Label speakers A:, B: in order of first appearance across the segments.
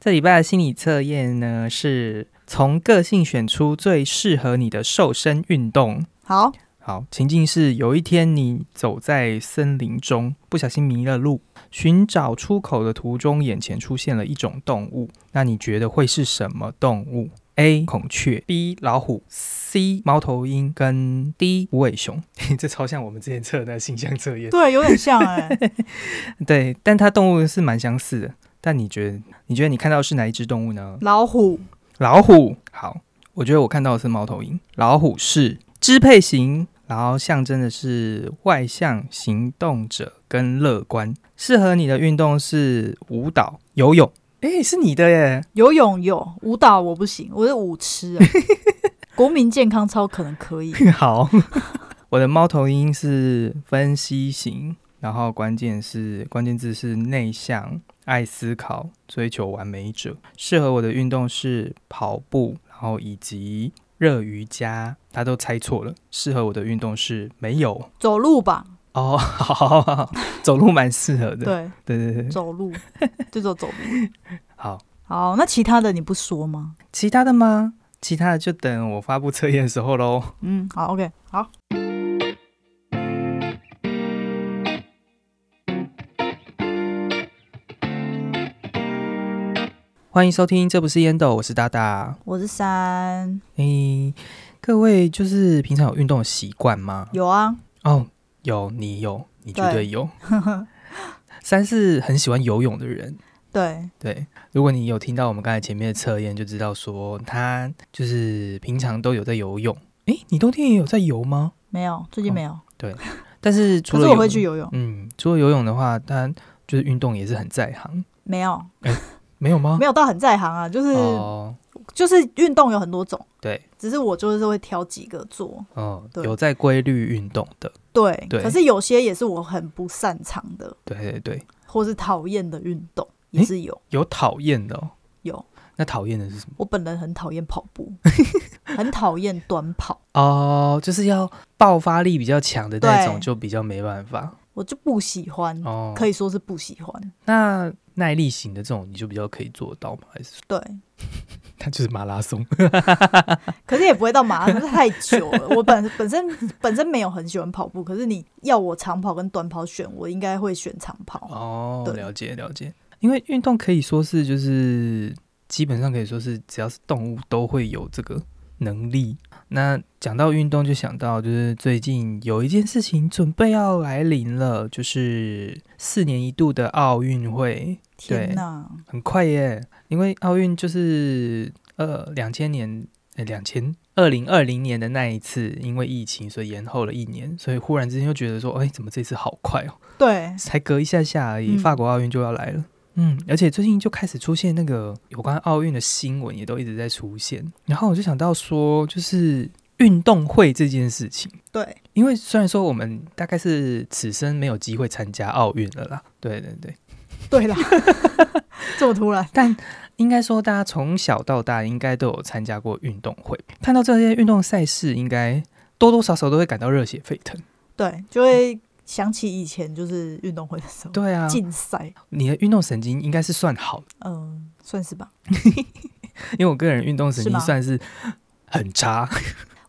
A: 这礼拜的心理测验呢，是从个性选出最适合你的瘦身运动。
B: 好，
A: 好，情境是有一天你走在森林中，不小心迷了路，寻找出口的途中，眼前出现了一种动物，那你觉得会是什么动物？A. 孔雀，B. 老虎，C. 猫头鹰，跟 D. 无尾熊。 这超像我们之前测的形象测验。
B: 对，有点像哎、
A: 对，但它动物是蛮相似的。但你觉得，你觉得你看到的是哪一只动物呢？
B: 老虎
A: 老虎。好，我觉得我看到的是猫头鹰。老虎是支配型，然后象征的是外向、行动者跟乐观。适合你的运动是舞蹈、游泳。诶，是你的耶！
B: 游泳有，舞蹈我不行，我是舞痴、 啊。国民健康操可能可以，
A: 好，我的猫头鹰是分析型，然后关键是关键字是内向、爱思考、追求完美者。适合我的运动是跑步，然后以及热瑜伽。他都猜错了，适合我的运动是没有
B: 走路吧？
A: 哦，好好好好，走路蛮适合的。
B: 对，
A: 对对对对，
B: 走 路就走走路。
A: 好，
B: 好，那其他的你不说吗？
A: 其他的吗？其他的就等我发布测验的时候喽。
B: 嗯，好，OK，好。
A: 欢迎收听，这不是烟斗，我是大大。
B: 我是三，
A: 诶，各位就是平常有运动的习惯吗？
B: 有啊，
A: 哦，有，你有，你绝
B: 对
A: 对有。三是很喜欢游泳的人，
B: 对，
A: 对。如果你有听到我们刚才前面的测验，就知道说他就是平常都有在游泳。诶，你冬天也有在游吗？
B: 没有，最近没有，
A: 但是除
B: 可
A: 了
B: 是我会
A: 游
B: 去游泳，
A: 嗯，除了游泳的话，他就是运动也是很在行，
B: 没有，
A: 没有吗？
B: 没有到很在行啊，就是、
A: 哦，
B: 就是运动有很多种，
A: 对，
B: 只是我就是会挑几个做，
A: 哦，
B: 对
A: 有在规律运动的，
B: 对，
A: 对
B: 可是有些也是我很不擅长的，
A: 对对对，
B: 或是讨厌的运动
A: 诶
B: 也是有。
A: 有讨厌的、哦，
B: 有。
A: 那讨厌的是什么？
B: 我本人很讨厌跑步，很讨厌短跑，
A: 哦，就是要爆发力比较强的那种，
B: 对
A: 就比较没办法
B: 我就不喜欢，
A: 哦。
B: 可以说是不喜欢。
A: 那耐力型的这种，你就比较可以做到吗？还是
B: 对，
A: 它就是马拉松？
B: 可是也不会到马拉松太久了。我本本身本身没有很喜欢跑步，可是你要我长跑跟短跑选，我应该会选长跑。
A: 哦，
B: 对
A: 了解了解。因为运动可以说是就是基本上可以说是只要是动物都会有这个能力。那讲到运动，就想到就是最近有一件事情准备要来临了，就是四年一度的奥运会。
B: 天哪，
A: 很快耶，因为奥运就是呃两千年，呃两千二零二零年的那一次，因为疫情所以延后了一年，所以忽然之间就觉得说，哎，怎么这次好快哦，
B: 对
A: 才隔一下下而已，
B: 嗯
A: 法国奥运就要来了。嗯，而且最近就开始出现那个有关奥运的新闻，也都一直在出现。然后我就想到说，就是运动会这件事情，
B: 对，
A: 因为虽然说我们大概是此生没有机会参加奥运了啦，对对对，
B: 对啦，这么突然，
A: 但应该说，大家从小到大应该都有参加过运动会，看到这些运动赛事，应该多多少少都会感到热血沸腾。
B: 对，就会想起以前就是运动会的时候
A: 对啊，
B: 竞赛，
A: 你的运动神经应该是算好的，
B: 嗯、算是吧。
A: 因为我个人运动神
B: 是
A: 经
B: 吗
A: 算是很差。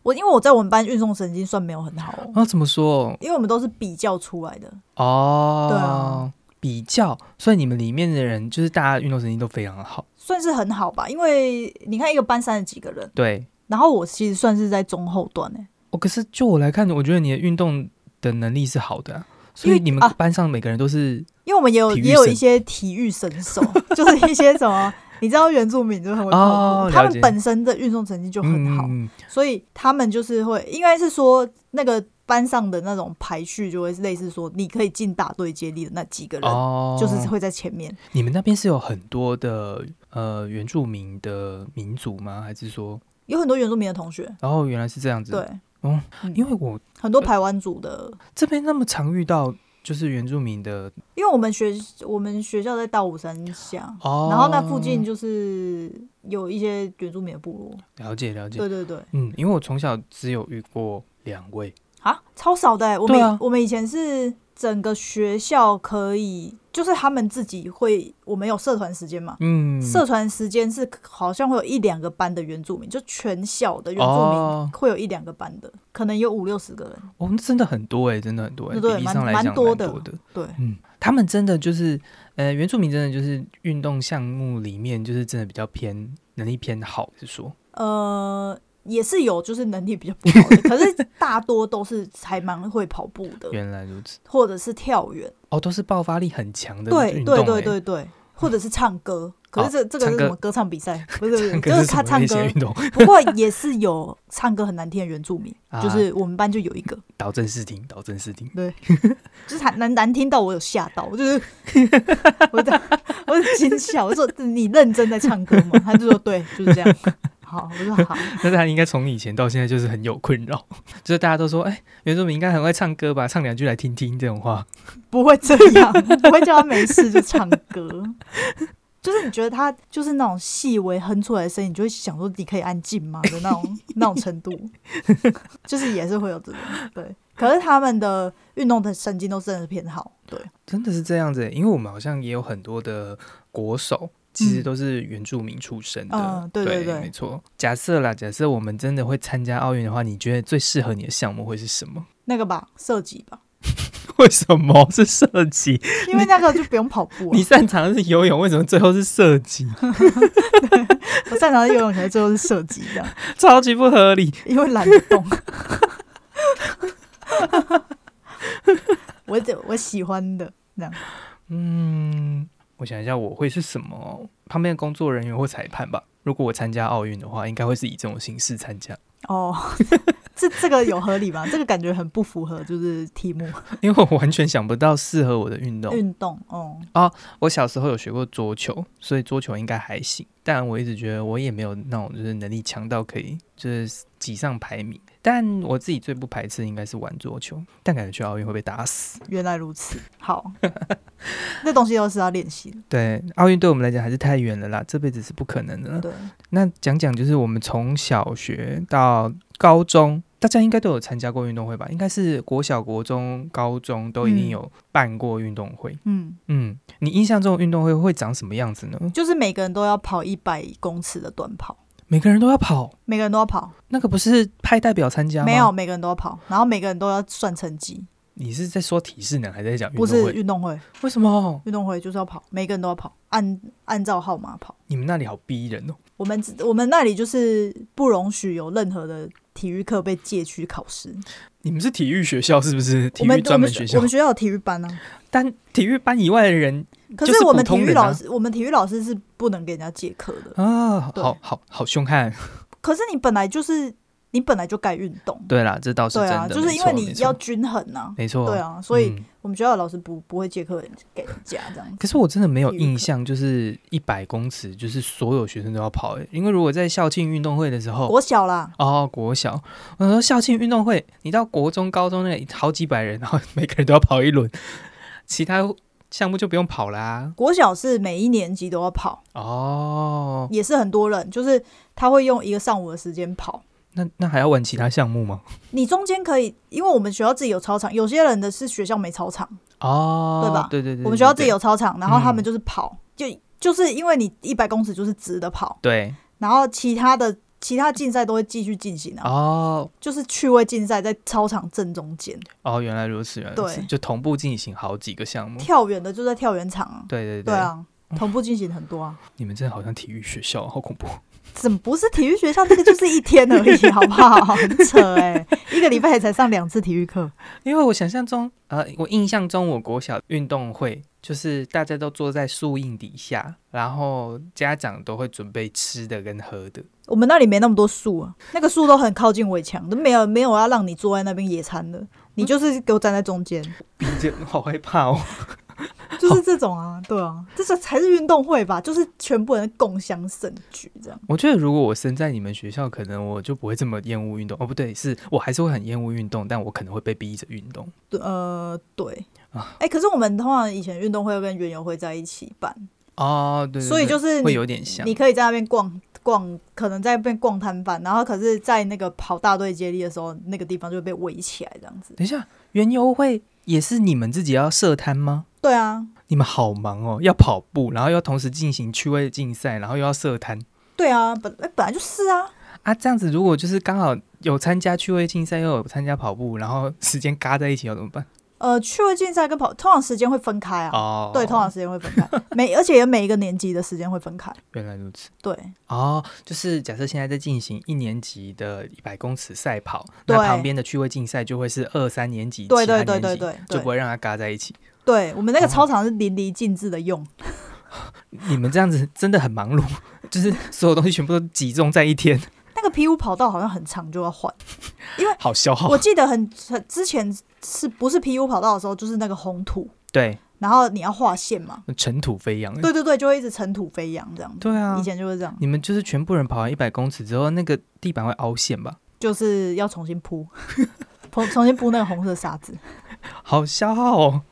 B: 我因为我在我们班运动神经算没有很好哦、
A: 要怎么说？
B: 因为我们都是比较出来的，
A: 哦，
B: 对啊
A: 比较，所以你们里面的人就是大家运动神经都非常好。
B: 算是很好吧。因为你看一个班三十几个人，
A: 对，
B: 然后我其实算是在中后欸段诶、
A: 哦，可是就我来看，我觉得你的运动的能力是好的、啊，所以
B: 因为
A: 你们
B: 啊
A: 班上每个人都是
B: 因为我们也有
A: 体育
B: 也有
A: 神
B: 一些体育神手， 就是一些什么，你知道原住民就很会跑步，
A: 哦
B: 他
A: 了解
B: 们本身的运动成绩就很好，
A: 嗯
B: 所以他们就是会应该是说那个班上的那种排序就会类似说你可以进大队接力的那几个人。
A: 哦，
B: 就是会在前面，
A: 你们那边是有很多的呃原住民的民族吗？还是说，
B: 有很多原住民的同学，
A: 然、后原来是这样子？，
B: 对，
A: 因为我
B: 很多台湾族的
A: 这边那么常遇到就是原住民的
B: 因为我们学我们学校在大武山下，
A: 哦，
B: 然后那附近就是有一些原住民的部落。
A: 哦了解了解，
B: 对对对，
A: 嗯，因为我从小只有遇过两位，
B: 啊，超少的欸、我们、
A: 对啊
B: 我们以前是整个学校可以，就是他们自己会，我们有社团时间嘛，
A: 嗯，
B: 社团时间是好像会有一两个班的原住民，就全校的原住
A: 哦
B: 民会有一两个班的，可能有五六十个人。
A: 哦，那真的很多哎、真的很多哎、
B: 对对
A: 比例
B: 蛮
A: 上来
B: 蛮
A: 讲蛮
B: 多
A: 多
B: 的对，
A: 嗯，他们真的就是，呃，原住民真的就是运动项目里面，就是真的比较偏能力偏好，是说，
B: 呃，也是有就是能力比较不好 的，可是大多都是还蛮会跑步的，
A: 原来如此，
B: 或者是跳远，
A: 哦，都是爆发力很强的
B: 对
A: 运动、欸，
B: 对对对对，或者是唱 歌。可是这、这个
A: 唱
B: 是
A: 歌
B: 什么歌唱比 赛？不是，不是
A: 唱歌
B: 就是
A: 是什
B: 他
A: 么
B: 唱
A: 类
B: 歌
A: 型的运。动？
B: 不过也是有唱歌很难听的原住民，
A: 啊
B: 就是我们班就有一个，
A: 导正视听，导正视 听，
B: 就是他难难听到我有吓到，我就是 我在 我惊吓，我说你认真在唱歌吗？他就说对，就是这样。好，我说好，
A: 但是他应该从以前到现在就是很有困扰，就是大家都说，哎、原住民应该很会唱歌吧，唱两句来听听这种话，
B: 不会这样， 不会叫他没事就唱歌。就是你觉得他就是那种细微哼出来的声音，你就会想说你可以安静吗的那种那种 程度，就是也是会有这种对。可是他们的运动的神经都真的是偏好，对，
A: 真的是这样子欸、因为我们好像也有很多的国手。其实
B: 嗯
A: 都是原住民出身的，
B: 嗯对对
A: 对
B: 对
A: 没错。假设啦，假设我们真的会参加奥运的话，你觉得最适合你的项目会是什么？
B: 那个吧，射击吧，
A: 为什么 是射击？
B: 因为那个就不用跑步、啊
A: 你。 擅长的是游泳，为什么最后是射击？
B: 我擅长的游泳才最后是射击这样，
A: 超级不合理。
B: 因为懒得 动。我只我喜欢的那样，
A: 嗯，我想一下，我会是什么？旁边的工作人员或裁判吧。如果我参加奥运的话，应该会是以这种形式参加，
B: 哦， 这这个有合理吗？这个感觉很不符合就是题目
A: 因为我完全想不到适合我的运动。
B: 运动，哦、
A: 我小时候有学过桌球，所以桌球应该还行。但我一直觉得我也没有那种就是能力强到可以就是挤上排名。但我自己最不排斥应该是玩桌球，但感觉去奥运会被打死。
B: 原来如此，好，那东西都是要练习的，
A: 对，奥运对我们来讲还是太远了啦，这辈子是不可能的啦。
B: 对，
A: 那讲讲就是我们从小学到高中，大家应该都有参加过运动会吧？应该是国小、国中、高中都一定
B: 嗯
A: 有办过运动会。
B: 嗯，
A: 嗯你印象中的运动会会长什么样子呢？
B: 就是每个人都要跑一百公尺的短跑，
A: 每个人都要跑，
B: 每个人都要跑，
A: 那个不是派代表参加吗？
B: 没有，，每个人都要跑，然后每个人都要算成绩，
A: 你是在说体适能，还是在讲运
B: 不
A: 动
B: 是
A: 会？
B: 运动会，
A: 为什么
B: 运动会就是要跑，每个人都要跑，按按照号码跑。
A: 你们那里好逼人哦？
B: 我们只我们那里就是不容许有任何的体育课被借去考试。
A: 你们是体育学校是不是？体
B: 我们
A: 育专门学
B: 我们，我
A: 校
B: 们，学校有体育班呢、啊
A: 但体育班以外的人
B: 可
A: 就是
B: 我们
A: 普
B: 体
A: 通
B: 育
A: 人啊
B: 老师，我们体育老师是不能给人家借课的。
A: 啊，
B: 对
A: 好好好凶悍。
B: 可是你本来就是你本来就该运动，
A: 对啦，这倒是
B: 对
A: 真的，
B: 啊，就是
A: 没
B: 因
A: 错
B: 为你要均衡呐、
A: 没错，
B: 对啊，所以
A: 嗯
B: 我们学校的老师不不会借课给人家这样子。
A: 可是我真的没有
B: 体育
A: 印
B: 课
A: 象，就是一百公尺，就是所有学生都要跑、欸。因为如果在校庆运动会的时候，
B: 国小啦，
A: 哦，国小，我说校庆运动会，你到国中、高中那里好几百人，然后每个人都要跑一轮，其他项目就不用跑啦。
B: 国小是每一年级都要跑，
A: 哦，
B: 也是很多人，就是他会用一个上午的时间跑。
A: 那那还要玩其他项目吗？
B: 你中间可以，因为我们学校自己有操场，有些人的是学校没操场，
A: 哦，
B: 对吧
A: 对对对，
B: 我们
A: 对
B: 学校自己
A: 对
B: 有操场，然后他
A: 嗯
B: 们就是跑，就就是因为你一百公尺就是直的跑，
A: 对
B: 然后其他的其他竞赛都会继续进行啊，
A: 哦
B: 就是趣味竞赛在操场正中间，
A: 哦，原来如此，原来如此，
B: 对
A: 就同步进行好几个项目。
B: 跳远的就在跳远场啊，
A: 对嗯对对，
B: 对啊，同步进行很多啊，
A: 你们真的好像体育学校，好恐怖。
B: 怎么不是体育学校？这个就是一天而已，好不好？ 很扯哎、一个礼拜才上两次体育课，
A: 因为我想象中，呃，我印象中，我国小运动会就是大家都坐在树荫底下，然后家长都会准备吃的跟喝的。
B: 我们那里没那么多树啊，那个树都很靠近围墙，都没有没有要让你坐在那边野餐的，你就是给我站在中间，
A: 鼻子好害怕哦！
B: 就是这种啊，对啊，这是才是运动会吧，就是全部人共襄盛举这样。
A: 我觉得如果我生在你们学校，可能我就不会这么厌恶运动。哦，不对，是我还是会很厌恶运动，但我可能会被逼着运动。
B: 对，呃，对，哎、
A: 啊
B: 可是我们通常以前运动会要跟园游会在一起办，
A: 哦，对对对
B: 所以就是
A: 会
B: 你
A: 有点像
B: 你。可以在那边逛逛，可能在那边逛摊贩，然后可是在那个跑大队接力的时候，那个地方就会被围起来这样子。
A: 等一下，园游会也是你们自己要设摊吗？
B: 对啊，
A: 你们好忙哦，要跑步，然后要同时进行趣味竞赛，然后又要设摊
B: 对啊，本哎本来就是啊，
A: 啊。这样子，如果就是刚好有参加趣味竞赛，又有参加跑步，然后时间嘎在一起，要怎么办？
B: 呃，趣味竞赛跟跑通常时间会分开啊，
A: 哦，
B: 对，通常时间会 分开，每而且有每一个年级的时间会分开，
A: 原来如此。
B: 对
A: 哦，就是假设现在在进行一年级的一百公尺赛跑，
B: 对
A: 那旁边的趣味竞赛就会是二三年级、
B: 对
A: 其他
B: 对对
A: 年级
B: 对对
A: 就不
B: 对
A: 会让它嘎在一起。
B: 对，我们
A: 哦
B: 那个操场是淋漓尽致的用，
A: 你们这样子真的很忙碌，就是所有东西全部都集中在一天，
B: 那个 P 五跑道好像很长就要换，
A: 好消耗
B: 我。记得很很之前是不是 P U 跑道的时候，就是那个红土，
A: 对，
B: 然后你要画线嘛，
A: 尘土飞扬。
B: 对对对，就会一直尘土飞扬这样子。
A: 嗯对啊
B: 以，前就是这样，
A: 你们就是全部人跑完一百公尺之后，那个地板会凹陷吧？
B: 就是要重新铺， 重重新铺那个红色沙子。
A: 好消耗哦。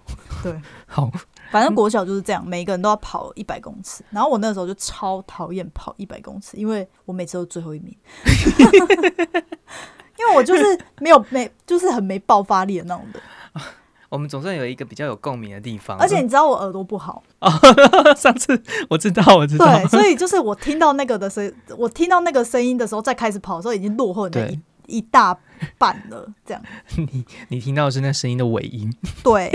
B: 对，
A: 好，
B: 反正国小就是这样，每个人都要跑一百公尺。然后我那时候就超讨厌跑一百公尺，因为我每次都最后 一名， 因为我就是没有没就是很没爆发力的那种人。
A: 我们总算有一个比较有共鸣的地方。哦
B: 而且你知道我耳朵不好，
A: 上次我知道，我知道，
B: 对，所以就是我听到那个的声， 我听到那个声音的时候，再开始跑的时候，已经落后你
A: 对
B: 一一大半了。这样，
A: 你你听到的是那声音的尾音。
B: 对，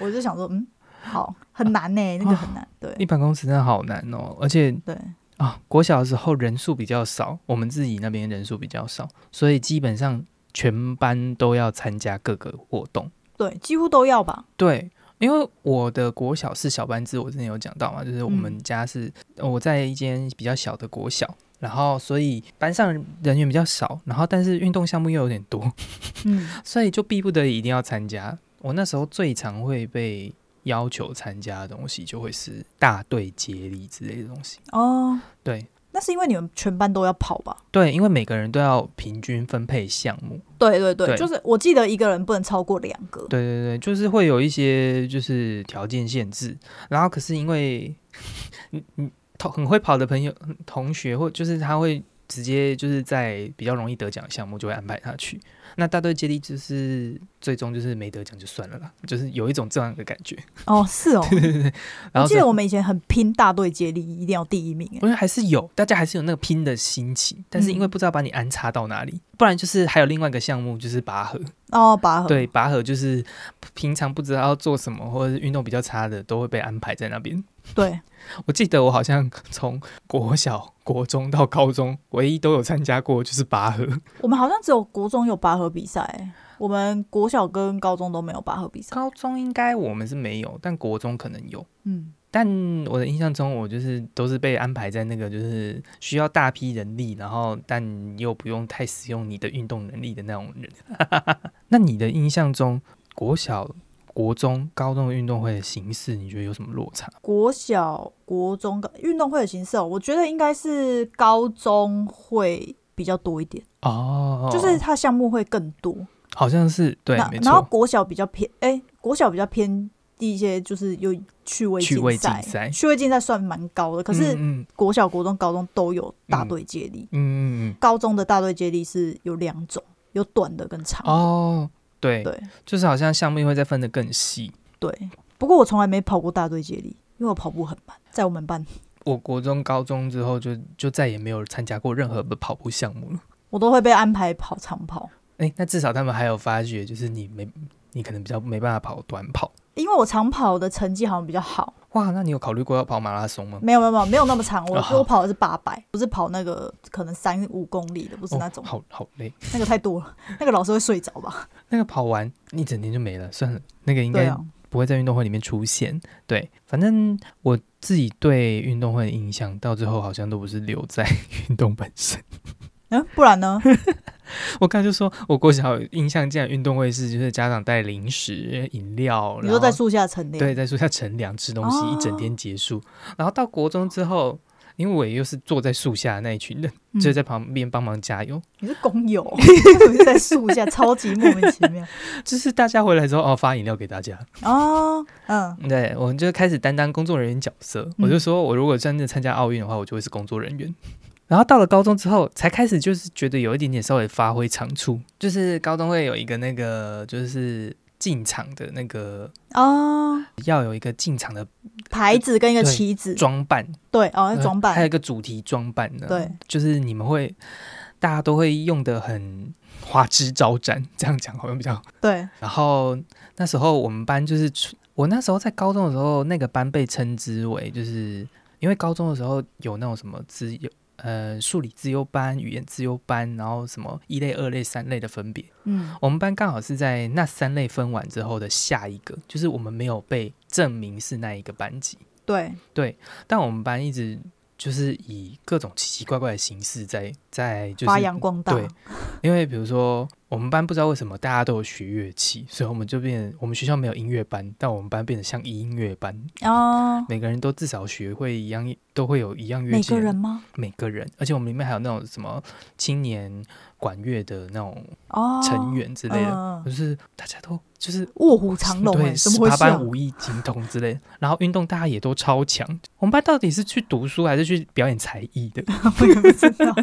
B: 我就想说，嗯，好，很难呢、那个很难。
A: 一
B: 对
A: 百公尺真的好难哦，而且
B: 对，
A: 啊，国小的时候人数比较少，我们自己那边人数比较少，所以基本上全班都要参加各个活动。
B: 对，几乎都要吧。
A: 对，因为我的国小是小班制，我之前有讲到嘛，就是我们
B: 嗯
A: 家是、呃我在一间比较小的国小，然后所以班上人员比较少，然后但是运动项目又有点多，
B: 嗯，
A: 所以就逼不得已一定要参加。我那时候最常会被要求参加的东西，就会是大队接力之类的东西。
B: 哦，
A: 对
B: 那是因为你们全班都要跑吧？
A: 对，因为每个人都要平均分配项目。
B: 对对对，
A: 对
B: 就是我记得一个人不能超过两个。
A: 对对对，就是会有一些就是条件限制，然后可是因为 你你同很会跑的朋友同学或就是他会直接就是在比较容易得奖的项目就会安排他去，那大队接力就是最终就是没得奖就算了啦，就是有一种这样的感觉。
B: 哦，是哦，
A: 然
B: 我
A: 后
B: 记
A: 所以
B: 得我们以前很拼大队接力，一定要第一名、欸。
A: 我觉得还是有，大家还是有那个拼的心情，但是因为
B: 嗯
A: 不知道把你安插到哪里，不然就是还有另外一个项目就是拔河，
B: 哦，拔河。
A: 对，拔河就是平常不知道要做什么或者是运动比较差的都会被安排在那边。
B: 对，
A: 我记得我好像从国小、国中到高中，唯一都有参加过就是拔河。
B: 我们好像只有国中有拔河比赛、欸我们国小跟高中都没有拔河比赛。
A: 高中应该我们是没有，但国中可能有。
B: 嗯，
A: 但我的印象中，我就是都是被安排在那个就是需要大批人力，然后但又不用太使用你的运动能力的那种人。 那你的印象中，国小、国中、高中的运动会的形式，你觉得有什么落差？
B: 国小、国中的运动会的形式哦，我觉得应该是高中会比较多一点，
A: 哦，
B: 就是它项目会更多。
A: 好像是对
B: 那，
A: 没
B: 然后
A: 错，
B: 国小比较偏，哎、国小比较偏一些，就是有趣味
A: 趣味
B: 竞赛
A: 竞赛，
B: 趣味竞赛算蛮高的，可是
A: 嗯
B: 国小、国中、高中都有大队接力。
A: 嗯嗯嗯
B: 高中的大队接力是有两种，有短的跟长
A: 嗯，哦，对，
B: 对
A: 就是好像项目会再分得更细。
B: 对，不过我从来没跑过大队接力，因为我跑步很慢，在我们班
A: 我国中、高中之后就就再也没有参加过任何的跑步项目了。
B: 我都会被安排跑长跑。
A: 哎、那至少他们还有发觉，就是你没你可能比较没办法跑短跑。
B: 因为我长跑的成绩好像比较好，
A: 哇，那你有考虑过要跑马拉松吗？
B: 没有没有没有没有那么长，我
A: 哦好
B: 我跑的是八百，不是跑那个可能三五公里的，不是那种，
A: 哦好好累。
B: 那个太多了，那个老师会睡着吧？
A: 那个跑完一整天就没了，算了，那个应
B: 对
A: 该
B: 啊，
A: 不会在运动会里面出现。对，反正我自己对运动会的印象，到最后好像都不是留在 运动本身。
B: 嗯，不然呢？
A: 我刚才就说，我国小印象竟然运动会是就是家长带零食、饮料，
B: 你
A: 然后
B: 说在树下晨练，
A: 对，在树下乘凉吃东西，一整
B: 哦
A: 天结束。然后到国中之后，因为我也又是坐在树下的那一群人，
B: 嗯
A: 就在旁边帮忙加油。
B: 你是工友， 为什么是在树下？超级莫名其妙
A: 就是大家回来之后，哦，发饮料给大家。
B: 哦，嗯，
A: 对，我就开始担当工作人员角色。我就
B: 嗯
A: 说我如果真的参加奥运的话，我就会是工作人员。然后到了高中之后，才开始就是觉得有一点点稍微发挥长处，就是高中会有一个那个就是。进场的那个
B: 哦，
A: 要有一个进场的
B: 牌子跟一个
A: 对
B: 旗子，
A: 装扮，
B: 对哦，那
A: 呃
B: 装
A: 还有
B: 扮
A: 一个主题装扮呢，
B: 对，
A: 就是你们会大家都会用的很花枝招展，这样讲好像比较好。
B: 对，
A: 然后那时候我们班就是出我那时候在高中的时候，那个班被称之为就是因为高中的时候有那种什么自由呃数理自优班、语言自优班，然后什么一类、二类、三类的分别。
B: 嗯
A: 我们班刚好是在那三类分完之后的下一个，就是我们没有被证明是那一个班级，
B: 对，
A: 但我们班一直就是以各种奇奇怪怪的形式在在就是
B: 发扬光大，
A: 对因为比如说，我们班不知道为什么大家都有学乐器，所以我们就变，我们学校没有音乐班，但我们班变得像一音乐班，
B: 哦，
A: 每个人都至少学会一样，都会有一样乐
B: 每
A: 器的。
B: 个人吗？
A: 每个人，而且我们里面还有那种什么青年管乐的那种
B: 哦，
A: 成员之
B: 之
A: 类的，就是大家都就是
B: 卧虎藏龙哎，
A: 对，
B: 怎
A: 十
B: 么回
A: 八
B: 事
A: 般
B: 啊？
A: 武艺精通之类的。然后运动大家也都超强，我们班到底是去读书还是去表演才艺的？
B: 我也不知道，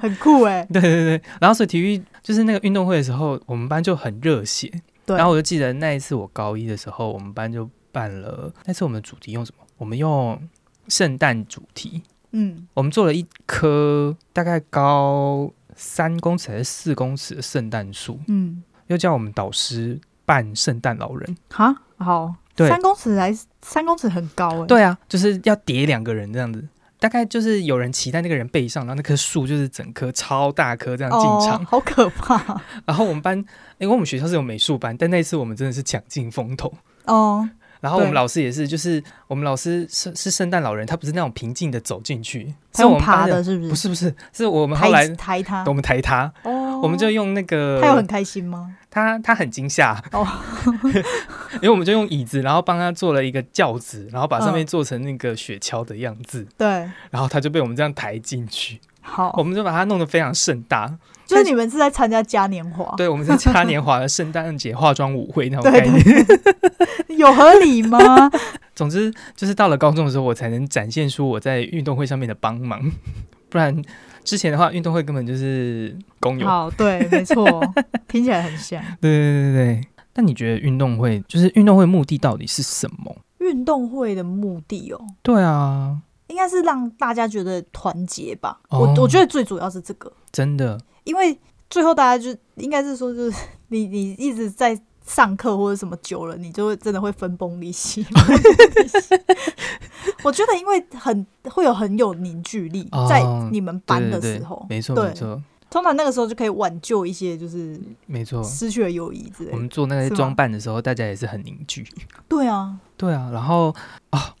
B: 很酷哎，
A: 对对对，然后所以体育就是那个运动会的时候，我们班就很热血。
B: 对
A: 然后我就记得那一次我高一的时候，我们班就办了，那次我们的主题用什么？我们用圣诞主题，
B: 嗯，
A: 我们做了一棵大概高三公尺还是四公尺的圣诞树，
B: 嗯，
A: 又叫我们导师扮圣诞老人。
B: 哈，好，
A: 对
B: 三公尺还是三公尺很高哎、欸，，
A: 对啊，就是要叠两个人这样子。大概就是有人骑在那个人背上，然后那棵树就是整棵超大棵这样进场，
B: 哦，好可怕
A: 然后我们班，因为我们学校是有美术班，但那一次我们真的是抢尽风头。
B: 哦，
A: 然后我们
B: 对
A: 老师也是，就是我们老师是是圣诞老人，他不是那种平静的走进去，
B: 他
A: 是我
B: 用
A: 们
B: 爬
A: 班
B: 的，是不是？
A: 不是不是，是我们
B: 抬
A: 后来
B: 抬他
A: 我，们抬他，
B: 哦，
A: 我们就用那个
B: 他有很开心吗？
A: 他他很惊吓
B: 哦，
A: 因为我们就用椅子，然后帮他做了一个轿子，然后把上面
B: 嗯
A: 做成那个雪橇的样子，
B: 对，
A: 然后他就被我们这样抬进去，
B: 好
A: 我，们就把他弄得非常盛大，
B: 就是你们是在参加嘉年华，
A: 对，我们是嘉年华的圣诞节化妆舞会那种
B: 哦 对
A: 概念。
B: 有合理吗？
A: 总之，就是到了高中的时候，我才能展现出我在运动会上面的帮忙， 不然之前的话，运动会根本就是公 有。
B: 好，对，没错，听起来很像
A: 对对对对对。那你觉得运动会就是运动会目的到底是什么？
B: 运动会的目的哦。
A: 对啊，
B: 应该是让大家觉得团结吧，
A: 哦
B: 我我觉得最主要是这个，
A: 真的，
B: 因为最后大家就应该是说，就是 你你一直在上课或者什么久了，你就会真的会分崩离析。 分崩离析我觉得因为很会有很有凝聚力
A: 哦，
B: 在你们班
A: 对
B: 的
A: 对
B: 时
A: 对
B: 候，，
A: 没错
B: 对
A: 没错
B: 通常那个时候就可以挽救一些就是
A: 没错。
B: 失去了友谊之类
A: 哦我
B: 的。
A: 们做那
B: 是
A: 个
B: 吗
A: 装扮的时候，大家也是很凝聚。
B: 对啊，
A: 对啊，然后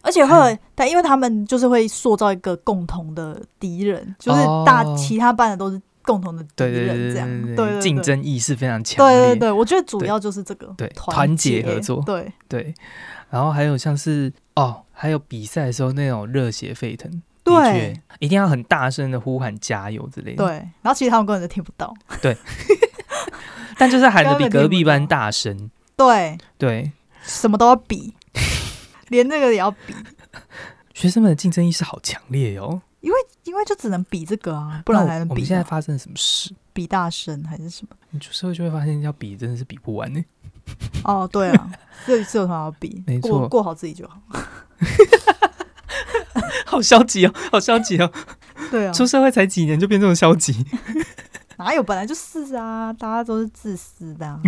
B: 而且会
A: 嗯
B: 有，但因为他们就是会塑造一个共同的敌人，就是大
A: 哦
B: 其他班的都是共同的敌
A: 对对
B: 人
A: 对
B: 这样
A: 对，
B: 对
A: 竞。
B: 对对
A: 争意识非常强烈。
B: 对对对，我觉得主
A: 对
B: 要就是这个
A: 对团
B: 团
A: 结
B: 结
A: 合作
B: 对，
A: 对，然后还有像是哦，还有比赛的时候那种热血沸腾，的
B: 对
A: 确，一定要很大声的呼喊加油之类的。
B: 对，然后其实他们根本就听不到。
A: 对，但就是喊的比
B: 根本听
A: 隔
B: 不
A: 壁班
B: 到
A: 大声。
B: 对，
A: 对，
B: 什么都 要比，连那个也要比，
A: 学生们的竞争意识好强烈哦，
B: 因为就只能比这个啊，不然
A: 那
B: 还能
A: 我哦我
B: 比
A: 们现在
B: 吗
A: 发生了什么事？
B: 比大声还是什 么？
A: 你出社会就会发现，要比真的是比不完呢。
B: 哦，对啊，这这有什么好比
A: 没？错
B: 过过好自己就好。
A: 好消极哦，好消极哦！
B: 对啊，
A: 出社会才几年就变这么消极。
B: 哪有本来就是啊，大家都是自私的啊、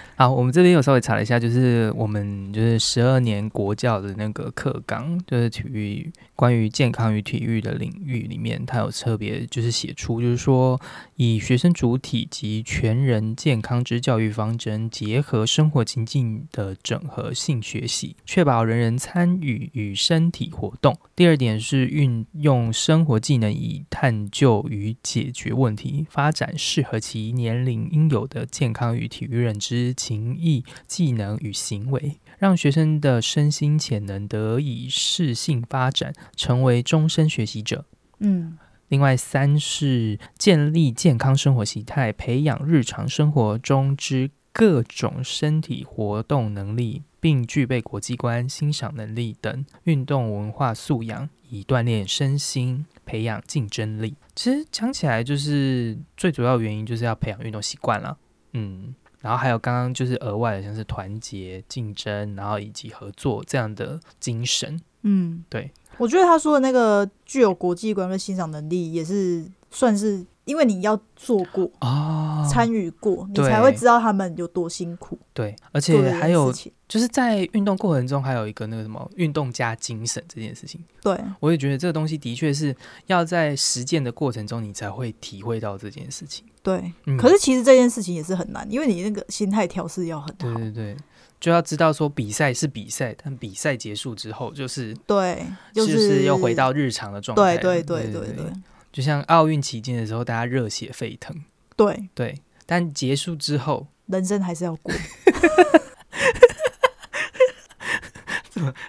A: 好，我们这边有稍微查了一下，就是我们就是十二年国教的那个课纲，就是体育关于健康与体育的领域里面，它有特别就是写出，就是说以学生主体及全人健康之教育方针，结合生活情境的整合性学习，确保人人参与与身体活动。第二点是运用生活技能以探究与解决问题，发展适合其年龄应有的健康与体育认知、情谊、技能与行为，让学生的身心潜能得以适性发展，成为终身学习者。
B: 嗯，
A: 另外三是建立健康生活习态，培养日常生活中之各种身体活动能力，并具备国际观、欣赏能力等运动文化素养，以锻炼身心，培养竞争力。其实讲起来，就是最主要原因就是要培养运动习惯了。嗯，然后还有刚刚就是额外的像是团结、竞争，然后以及合作这样的精神。
B: 嗯，
A: 对，
B: 我觉得他说的那个具有国际观跟欣赏能力，也是算是因为你要做过、
A: 哦
B: 参与过，你
A: 对
B: 才会知道他们有多辛苦
A: 对，而
B: 做这
A: 且
B: 件
A: 还有
B: 事情。
A: 就是在运动过程中，还有一个那个什么运动加精神这件事情，
B: 对，
A: 我也觉得这个东西的确是要在实践的过程中，你才会体会到这件事情。
B: 对，
A: 嗯
B: 可是其实这件事情也是很难，因为你那个心态调试要很
A: 对
B: 好。
A: 对对，就要知道说比赛是比赛，但比赛结束之后，就是
B: 对，就是
A: 又回到日常的状态
B: 对
A: 了。
B: 对
A: 对
B: 对对
A: 对
B: 对
A: 就像奥运期间的时候，大家热血沸腾，
B: 对，
A: 对，但结束之后，
B: 人生还是要过。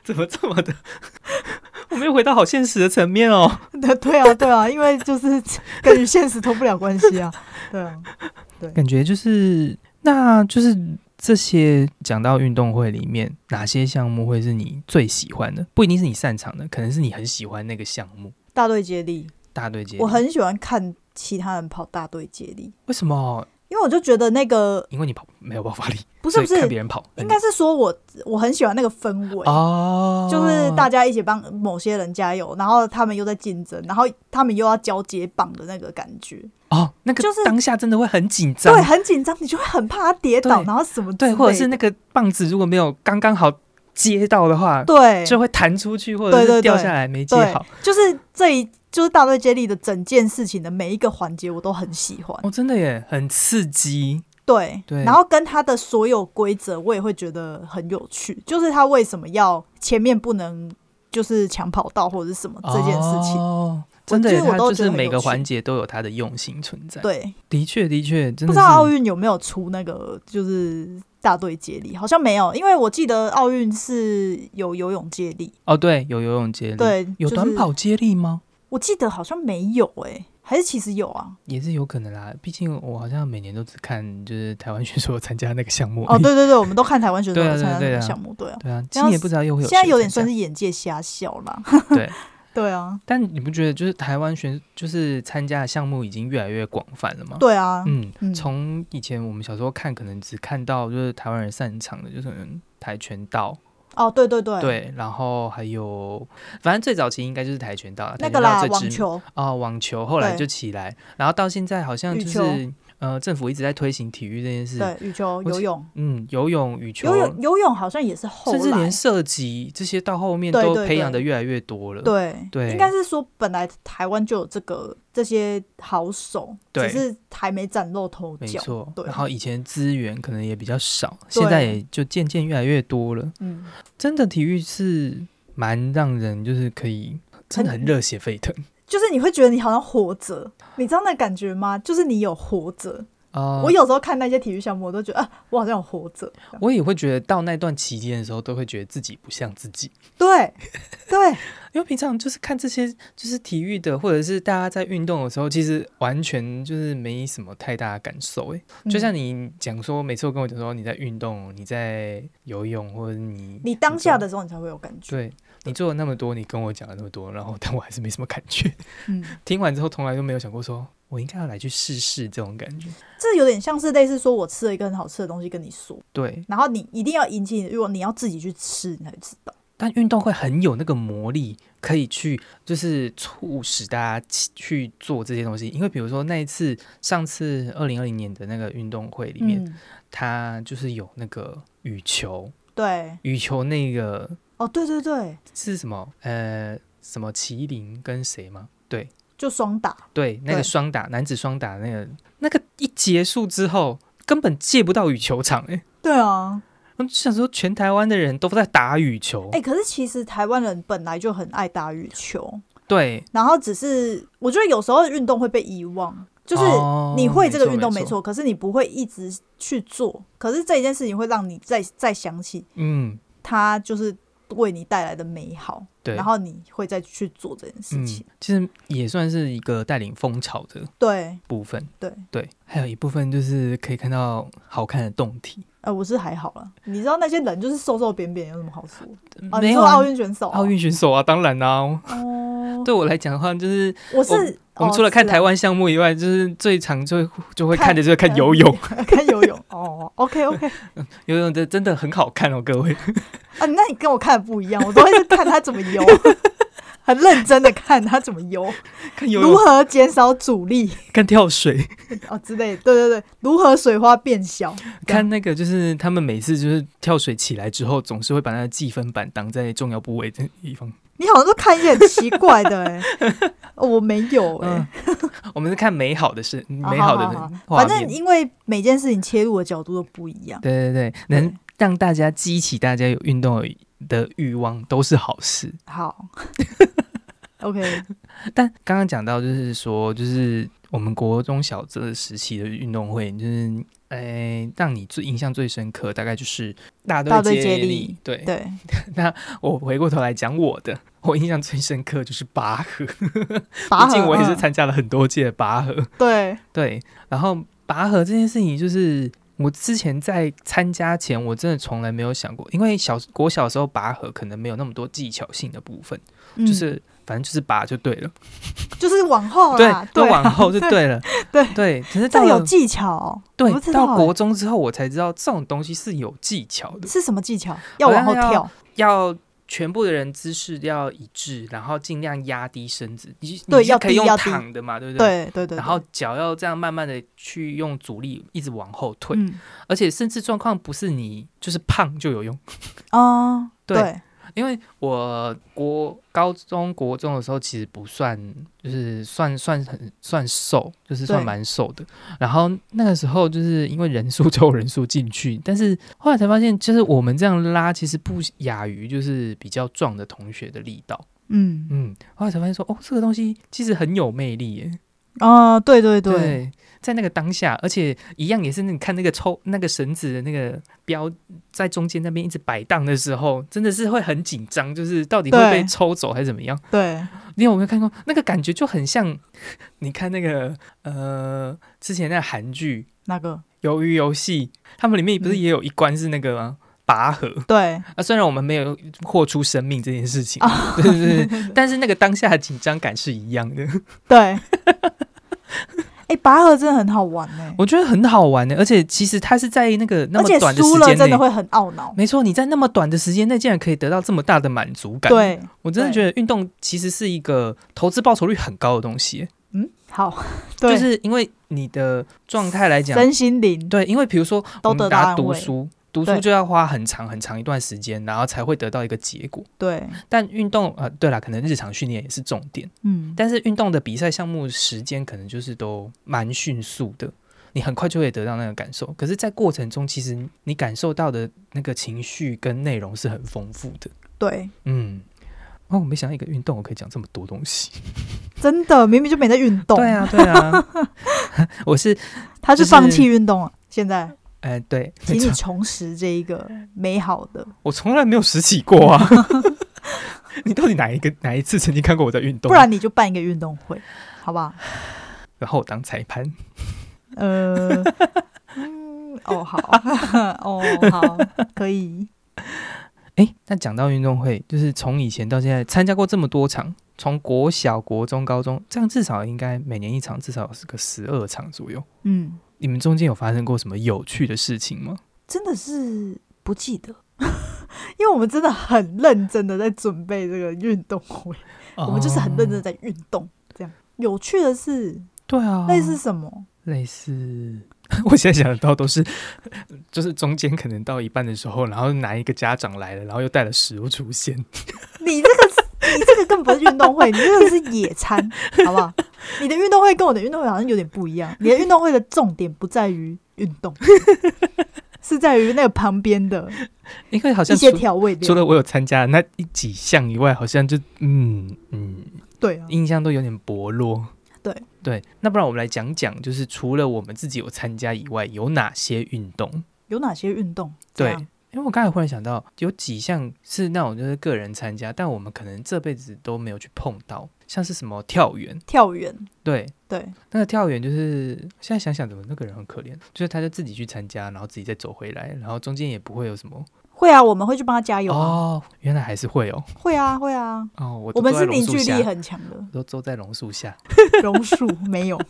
A: 怎么这么的？ 我们又回到好现实的层面哦。
B: 对对啊，对啊，因为就是 跟与现实脱不了关系啊。对啊，
A: 感觉就是，那就是这些讲到运动会里面，哪些项目会是你最喜欢的？不一定是你擅长的，可能是你很喜欢那个项目。
B: 大队接力，
A: 大队接力，
B: 我很喜欢看其他人跑大队接力，
A: 为什么？
B: 因为我就觉得那个
A: 因为你跑没有爆发力，
B: 不 是不
A: 所以看
B: 是，
A: 别人跑，
B: 应该是说我我很喜欢那个氛围。
A: 哦，
B: 就是大家一起帮某些人加油，然后他们又在竞争，然后他们又要交接棒的那个感觉，
A: 哦，那个
B: 就是
A: 当下真的会很紧张，
B: 对，很紧张，你就会很怕他跌倒，
A: 对
B: 然后什么
A: 对，
B: 之
A: 或者
B: 类
A: 是
B: 的
A: 那个棒子如果没有刚刚好接到的话，
B: 对，
A: 就会弹出去或者
B: 对
A: 是
B: 对
A: 掉
B: 对
A: 下来没接
B: 对
A: 好。，
B: 就是这一就是大队接力的整件事情的每一个环节，我都很喜欢。
A: 哦，真的耶，很刺激。
B: 对，
A: 对
B: 然后跟他的所有规则，我也会觉得很有趣。就是他为什么要前面不能就是抢跑道或者是什么这件事情？
A: 哦，真的耶，
B: 就是我
A: 它
B: 都
A: 就
B: 觉
A: 是
B: 得很
A: 每
B: 有
A: 个
B: 趣
A: 环节都有它的用心存在。，
B: 对，
A: 的确，的确，真的
B: 不知道奥
A: 运
B: 运有没有出那个就是大队接力，好像没有，因为我记得奥运是有游泳接力，
A: 哦，对，有游泳接力，，
B: 对，
A: 有
B: 就是
A: 短跑接力吗？
B: 我记得好像没有哎、还是其实有啊？
A: 也是有可能啦，毕竟我好像每年都只看就是台湾选手参加那个项目而
B: 哦，
A: 已。
B: 对对对，我们都看台湾选手
A: 对啊
B: 有参
A: 对啊
B: 加那
A: 对啊
B: 个项目，对啊。
A: 对啊，
B: 这
A: 今
B: 样
A: 年不知道又会有
B: 现在有
A: 谁
B: 点
A: 参
B: 算
A: 加
B: 是眼界瞎笑 啦。
A: 对，
B: 对啊，
A: 但你不觉得就是台湾选就是参加的项目已经越来越广泛了吗？
B: 对啊，
A: 嗯，
B: 嗯
A: 从以前我们小时候看，可能只看到就是台湾人擅长的，就是可能跆拳道，
B: 哦，对对对，
A: 对，啊然后还有，反正最早期应该就是跆拳道啦，
B: 那
A: 跆
B: 个
A: 拳
B: 啦
A: 道，最
B: 网
A: 知名
B: 球，
A: 哦，网球后来
B: 对
A: 就起来，然后到现在好像
B: 羽
A: 就
B: 球
A: 是呃，政府一直在推行体育这件事，
B: 对，羽球、
A: 我
B: 游
A: 记
B: 泳、
A: 嗯，游泳、羽球
B: 游，泳、游泳好像也是后
A: 甚至
B: 来
A: 连，射击这些到后面
B: 对
A: 都
B: 对
A: 培养的
B: 对
A: 越来越多了，
B: 对，
A: 对
B: 应该是说本来台湾就有这个这些好手，
A: 对
B: 只是还没崭露头
A: 没
B: 角。
A: 错，
B: 对
A: 然后以前资源可能也比较少，
B: 对
A: 现在也就渐渐越来越多了。
B: 嗯，
A: 真的体育是蛮让人就是可以真的很热血沸腾
B: 就是你会觉得你好像活着，你知道那感觉吗？就是你有活着。
A: 啊！
B: 我有时候看那些体育项目，我都觉得啊，我好像有活着。
A: 我也会觉得到那段期间的时候，都会觉得自己不像自己，
B: 对，对，
A: 因为平常就是看这些就是体育的，或者是大家在运动的时候，其实完全就是没什么太大的感受。哎，就像
B: 你，
A: 你讲说，每次我跟我讲说你在运动，你在游泳，或者你
B: 你当下
A: 的。
B: 的时候，你才会有感觉。
A: 对你做了那么多，你跟我讲了那么多，然后但我还是没什么感觉。
B: 嗯，
A: 听完之后，从来都没有想过说我应该要来去试试这种感觉。
B: 这有点像是类似说我吃了一个很好吃的东西跟你说，
A: 对，
B: 然后你一定要引起你的欲望，你要自己去吃，你才知道。
A: 但运动会很有那个魔力，可以去就是促使大家起去做这些东西。因为比如说那一次，上次二零二零年的那个运动会里面，
B: 嗯，
A: 它就是有那个羽球，
B: 对，
A: 羽球那个
B: 哦，对对对，
A: 是什么？呃，什么麒麟跟谁吗？对，
B: 就双打，
A: 对，那个
B: 对
A: 双打男子双打那个那个一结束之后，根本借不到羽球场哎、欸
B: 对啊，
A: 我就想说，全台湾的人都在打羽球，
B: 哎、可是其实台湾人本来就很爱打羽球，
A: 对，
B: 然后只是我觉得有时候运动会被遗忘，就是
A: 哦
B: 你会这个运动没
A: 没，
B: 错，可是你不会一直去做，可是这一件事情会让你再再想起
A: 嗯，
B: 它，就是为你带来的美好，
A: 对，
B: 然后你会再去做这件事
A: 嗯
B: 情，，
A: 其实也算是一个带领风潮的
B: 对。
A: 部分，
B: 对
A: 对，还有一部分就是可以看到好看的动体，
B: 呃，我是还好了，你知道那些人就是瘦瘦扁扁，有什么好说？
A: 嗯
B: 啊，
A: 没
B: 你
A: 有
B: 说
A: 啊
B: 奥运选手、
A: 奥运选手啊，当然啦、
B: 哦，哦，
A: 对我来讲的话，就是
B: 我是啊
A: 我们除了看台
B: 湾。
A: 湾项目以外，就是最常就会就会看的就是
B: 看
A: 看游泳，
B: 啊看游泳哦，OK OK
A: 游泳的真的很好看哦，各 位。
B: 啊，那你跟我看的不一样，我都会是看他怎么游，很认真的看他怎么游，
A: 看游
B: 如
A: 泳，
B: 何减少阻力
A: 看跳水，
B: 哦之类的，对对对，如何水花变小，
A: 看那个就是他们每次就是跳水起来之后，总是会把那个计分板挡在重要部位的地方。
B: 你好像都看一些很奇怪的哎、哦我没有哎、
A: 嗯，我们是看美好的事，
B: 啊
A: 美好的
B: 好好好
A: 画
B: 反正
A: 面。
B: 因为每件事情切入的角度都不一样，
A: 对对对，能让大家激起大家有运动的的欲望都是好事。
B: 好，OK，
A: 但刚刚讲到，就是说，就是我们国中小这个时期的运动会，就是诶、让你最印象最深刻，大概就是大
B: 大
A: 队
B: 队接
A: 接
B: 力
A: 力。对，
B: 对，
A: 我回过头来讲我的，我印象最深刻就是拔河，
B: 拔
A: 毕竟
B: 河
A: 我也是
B: 嗯
A: 参加了很多届的拔河。
B: 对，
A: 对，然后拔河这件事情，就是我之前在参加前，我真的从来没有想过，因为小国小的时候拔河可能没有那么多技巧性的部分，
B: 嗯
A: 就是反正就是拔就对了。
B: 就是往后
A: 对
B: 啦，，
A: 都
B: 对啊
A: 往后就对了，
B: 对
A: 对。可是
B: 这
A: 到
B: 个有
A: 了
B: 技巧哦、我不知
A: 对
B: 道
A: 到
B: 欸
A: 国中之后，我才知道这种东西是有技巧的，
B: 是什么技巧？要往后
A: 好像
B: 跳，
A: 要全部的人姿势要一致，然后尽量压低身子。你
B: 对
A: 你是
B: 要
A: 可以
B: 低
A: 用
B: 要低
A: 躺的嘛，对不？
B: 对对对，
A: 然后脚要这样慢慢的去用阻力一直往后退，
B: 嗯
A: 而且甚至状况不是你就是胖就有用，
B: 哦，
A: 对
B: 对，
A: 因为我国高中国中的时候其实不算，就是算算很算瘦，就是算
B: 对
A: 蛮瘦的。然后那个时候就是因为人数凑人数进去，但是后来才发现，就是我们这样拉其实不亚于就是比较壮的同学的力道。
B: 嗯
A: 嗯，后来才发现说，哦，这个东西其实很有魅力耶。
B: 哦，对对对，
A: 在那个当下，而且一样也是你看那个抽那个绳子的那个标在中间那边一直摆荡的时候，真的是会很紧张，就是到底会被
B: 对
A: 抽走还是怎么样？
B: 对，
A: 你有没有看过？那个感觉就很像你看那个呃之前那韩剧
B: 那个
A: 《鱿鱼游戏》，他们里面不是
B: 嗯
A: 也有一关是那个吗？拔河
B: 对
A: 啊，虽然我们没有豁出生命这件事
B: 哦
A: 情， 对对对，但是那个当下的紧张感是一样的。
B: 对。 哎，拔河真的很好玩呢，
A: 我觉得很好玩欸的，而且其实它是在那个那
B: 而
A: 么
B: 且
A: 短时
B: 输了
A: 间
B: 真
A: 内
B: 的，会很懊恼。
A: 没错，你在那么短的时间内竟然可以得到这么大的满足感，，
B: 对，
A: 我真的
B: 对
A: 觉得运动其实是一个投资报酬率很高的东西，欸
B: 嗯，好，
A: 就
B: 对，
A: 是因为你的状态来讲，
B: 身心灵，
A: 对，因为比如说
B: 都
A: 我们
B: 得到
A: 打
B: 安
A: 读
B: 慰
A: 书，读书
B: 对
A: 就要花很长很长一段时间，然后才会得到一个结果，
B: 对，
A: 但运动啊、呃对啦，可能日常训练也是重点。
B: 嗯，
A: 但是运动的比赛项目时间可能就是都蛮迅速的，你很快就会得到那个感受。可是，在过程中，其实你感受到的那个情绪跟内容是很丰富的。
B: 对，
A: 嗯，哦，我没想到一个运动我可以讲这么多东西。
B: 真的明明就没在运动，
A: 对，啊，对 啊，我是
B: 他是
A: 就是
B: 放弃运动了。现在，
A: 呃，对，
B: 请
A: 没
B: 你
A: 错，
B: 重拾这一个美好的，
A: 我从来没有拾起过啊。 你到底哪一个哪一次曾经看过我在运动？
B: 不然你就办一个运动会，好不好？
A: 然后我当裁判，
B: 呃， 嗯，哦，好， 哦，好，可以。
A: 诶，那讲到运动会，就是从以前到现在参加过这么多场，从国小、国中、高中，这样至少应该每年一场，至少是个十二场左右。
B: 嗯，
A: 你们中间有发生过什么有趣的事情吗？
B: 真的是不记得， 因为我们真的很认真的在准备这个运动会，我们就是很认真地
A: 哦。
B: 在运动。这样有趣的是，
A: 对啊，
B: 类似什么？
A: 类似， 我现在想得到都是， 就是中间可能到一半的时候，然后哪一个家长来了，然后又带了食物出现。
B: 你这个是，你这个根本不是运动会，你这个是野 餐，好不好？你的运动会跟我的运动会好像有点不一样。你的运动会的重点不在于运 动，是在于那个旁边的
A: 因为好像
B: 一些
A: 除
B: 调味
A: 除
B: 料。
A: 了我有参加的那一几项以外，好像就嗯嗯，
B: 对啊，
A: 印象都有点薄弱。
B: 对
A: 对，那不然我们来讲讲，就是除了我们自己有参加以外，有哪些运动？
B: 有哪些运动？这
A: 对
B: 样，
A: 因为我刚才忽然想到，有几项是那种就是个人参加，但我们可能这辈子都没有去碰到，像是什么跳远，
B: 跳远，
A: 对，
B: 对，
A: 那个跳远就是现在想想怎么那个人很可怜，就是他就自己去参加，然后自己再走回来，然后中间也不会有什么
B: 会啊，我们会去帮他加油啊，
A: 哦，原来还是会哦。
B: 会啊，会啊，
A: 哦，我
B: 我
A: 都
B: 们
A: 坐在
B: 是
A: 榕
B: 凝
A: 树
B: 聚
A: 下，
B: 力很强的
A: 都坐在榕树下。
B: 榕树没有，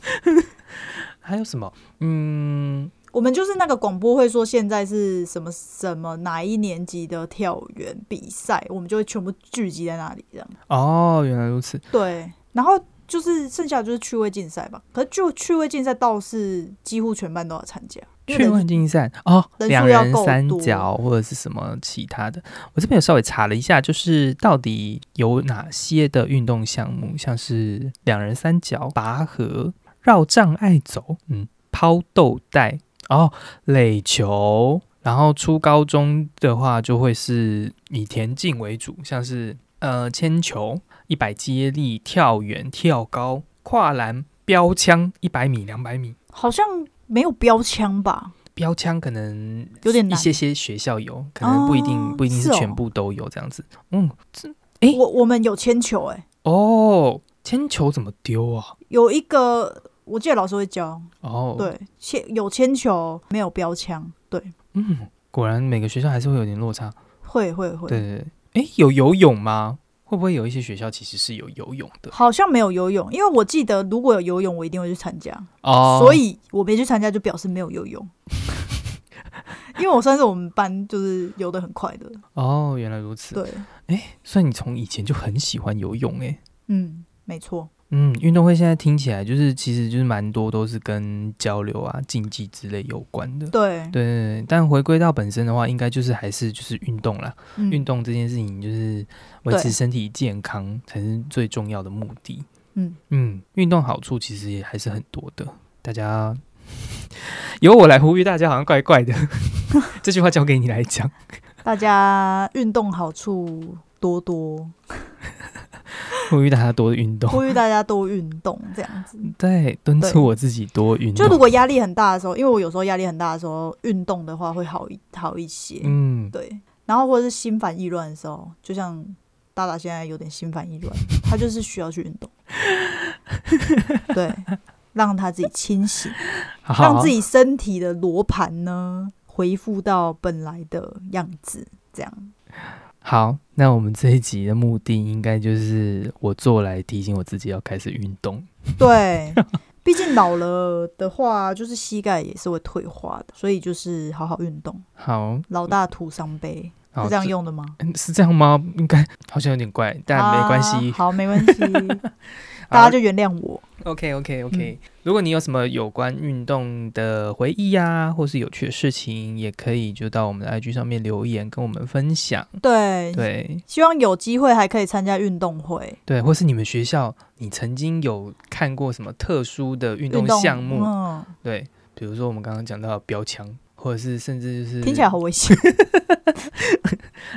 A: 还有什么？嗯，
B: 我们就是那个广播会说现在是什么什么哪一年级的跳远比赛，我们就会全部聚集在那里这样。
A: 哦，原来如此。
B: 对，然后就是剩下的就是趣味竞赛吧，可是就趣味竞赛倒是几乎全班都要参加，因为
A: 趣
B: 人
A: 味竞赛哦，
B: 人数
A: 两
B: 要
A: 人
B: 够
A: 三
B: 多
A: 角或者是什么其他的，我这边有稍微查了一下，就是到底有哪些的运动项目，像是两人三角、拔河、绕障碍走，嗯，抛豆袋，哦，垒球，然后初高中的话就会是以田径为主，像是呃铅球、一百接力、跳远、跳高、跨栏、标枪、一百米、两百米。
B: 好像没有标枪吧，
A: 标枪可能
B: 有点
A: 一
B: 难。
A: 些些学校有，可能不一定、
B: 哦
A: 不一定是
B: 是哦
A: 全部都有这样子。嗯，这诶
B: 我我们有铅球、欸，
A: 哦，铅球怎么丢啊？
B: 有一个我记得老师会教，
A: 哦，，
B: 对，铅有铅球，没有标枪，对，
A: 嗯，果然每个学校还是会有点落差。
B: 会会会，
A: 对对对，诶，有游泳吗？会不会有一些学校其实是有游泳的？
B: 好像没有游泳，因为我记得如果有游泳，我一定会去参加，
A: 哦，
B: 所以我没去参加就表示没有游泳， 因为我算是我们班就是游得很快的，
A: 哦，原来如此。
B: 对，
A: 所以你从以前就很喜欢游泳诶。
B: 嗯，没错，
A: 嗯，运动会现在听起来就是，其实就是蛮多都是跟交流啊、竞技之类有关的。
B: 对，
A: 对对对，但回归到本身的话，应该就是还是就是运动啦。
B: 嗯
A: 运，动这件事情就是维
B: 对
A: 持身体健康才是最重要的目的。
B: 嗯
A: 嗯，运动好处其实也还是很多的，大家 由我来呼吁大家，好像怪怪的。 这句话交给你来讲。
B: 大家运动好处多多，
A: 呼吁大家多运动，
B: 呼吁大家多运动，这样 子。
A: 嗯对，敦
B: 对
A: 促我自己多运
B: 就如
A: 动。
B: 果压力很大的时候，因为我有时候压力很大的时候，运动的话会好一好一些，
A: 嗯，
B: 对。然后或者是心烦意乱的时候，就像大大现在有点心烦意乱，他就是需要去运动，对，让他自己清醒，
A: 好好
B: 让自己身体的罗盘呢恢复到本来的样子，这样。
A: 好。那我们这一集的目的应该就是我做来提醒我自己要开始运动。
B: 对，毕竟老了的话，就是膝盖也是会退化的，所以就是好好运动，
A: 好，
B: 老大徒伤悲，
A: 好
B: 是这样用的吗？
A: 嗯是这样吗？应该好像有点怪，但没关系
B: 啊。好，没关 系，大
A: 好
B: 家就原谅我。
A: OK OK OK，、如
B: 嗯
A: 果你有什么有关运动的回忆呀、或是有趣的事情，也可以就到我们的 IG 上面留言跟我们分享。
B: 对，
A: 对
B: 希望有机会还可以参加运动会
A: 对，或是你们学校你曾经有看过什么特殊的运动项目？
B: 嗯，
A: 对，比如说我们刚刚讲到的标枪，或者是甚至就是
B: 听起来好 危险。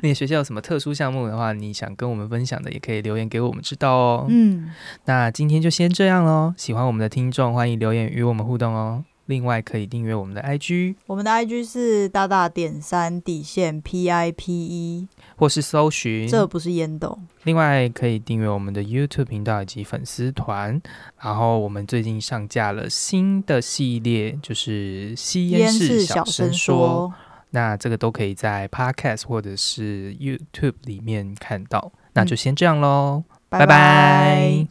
A: 你的学校有什么特殊项目的话，你想跟我们分享的，也可以留言给我们知道哦。
B: 嗯，
A: 那今天就先这样喽，喜欢我们的听众欢迎留言与我们互动哦。另外可以订阅我们的 IG。
B: 我们的 IG 是大大点三底线 P I P E，
A: 或是搜寻
B: 这不是烟斗。
A: 另外，可以订阅我们的 YouTube 频道以及粉丝团。然后，我们最近上架了新的系列，就是吸烟
B: 是
A: 室
B: 小
A: 声
B: 声
A: 说。，那这个都可以在 Podcast 或者是 YouTube 里面看到。那就先这样喽，拜
B: 嗯拜拜
A: 拜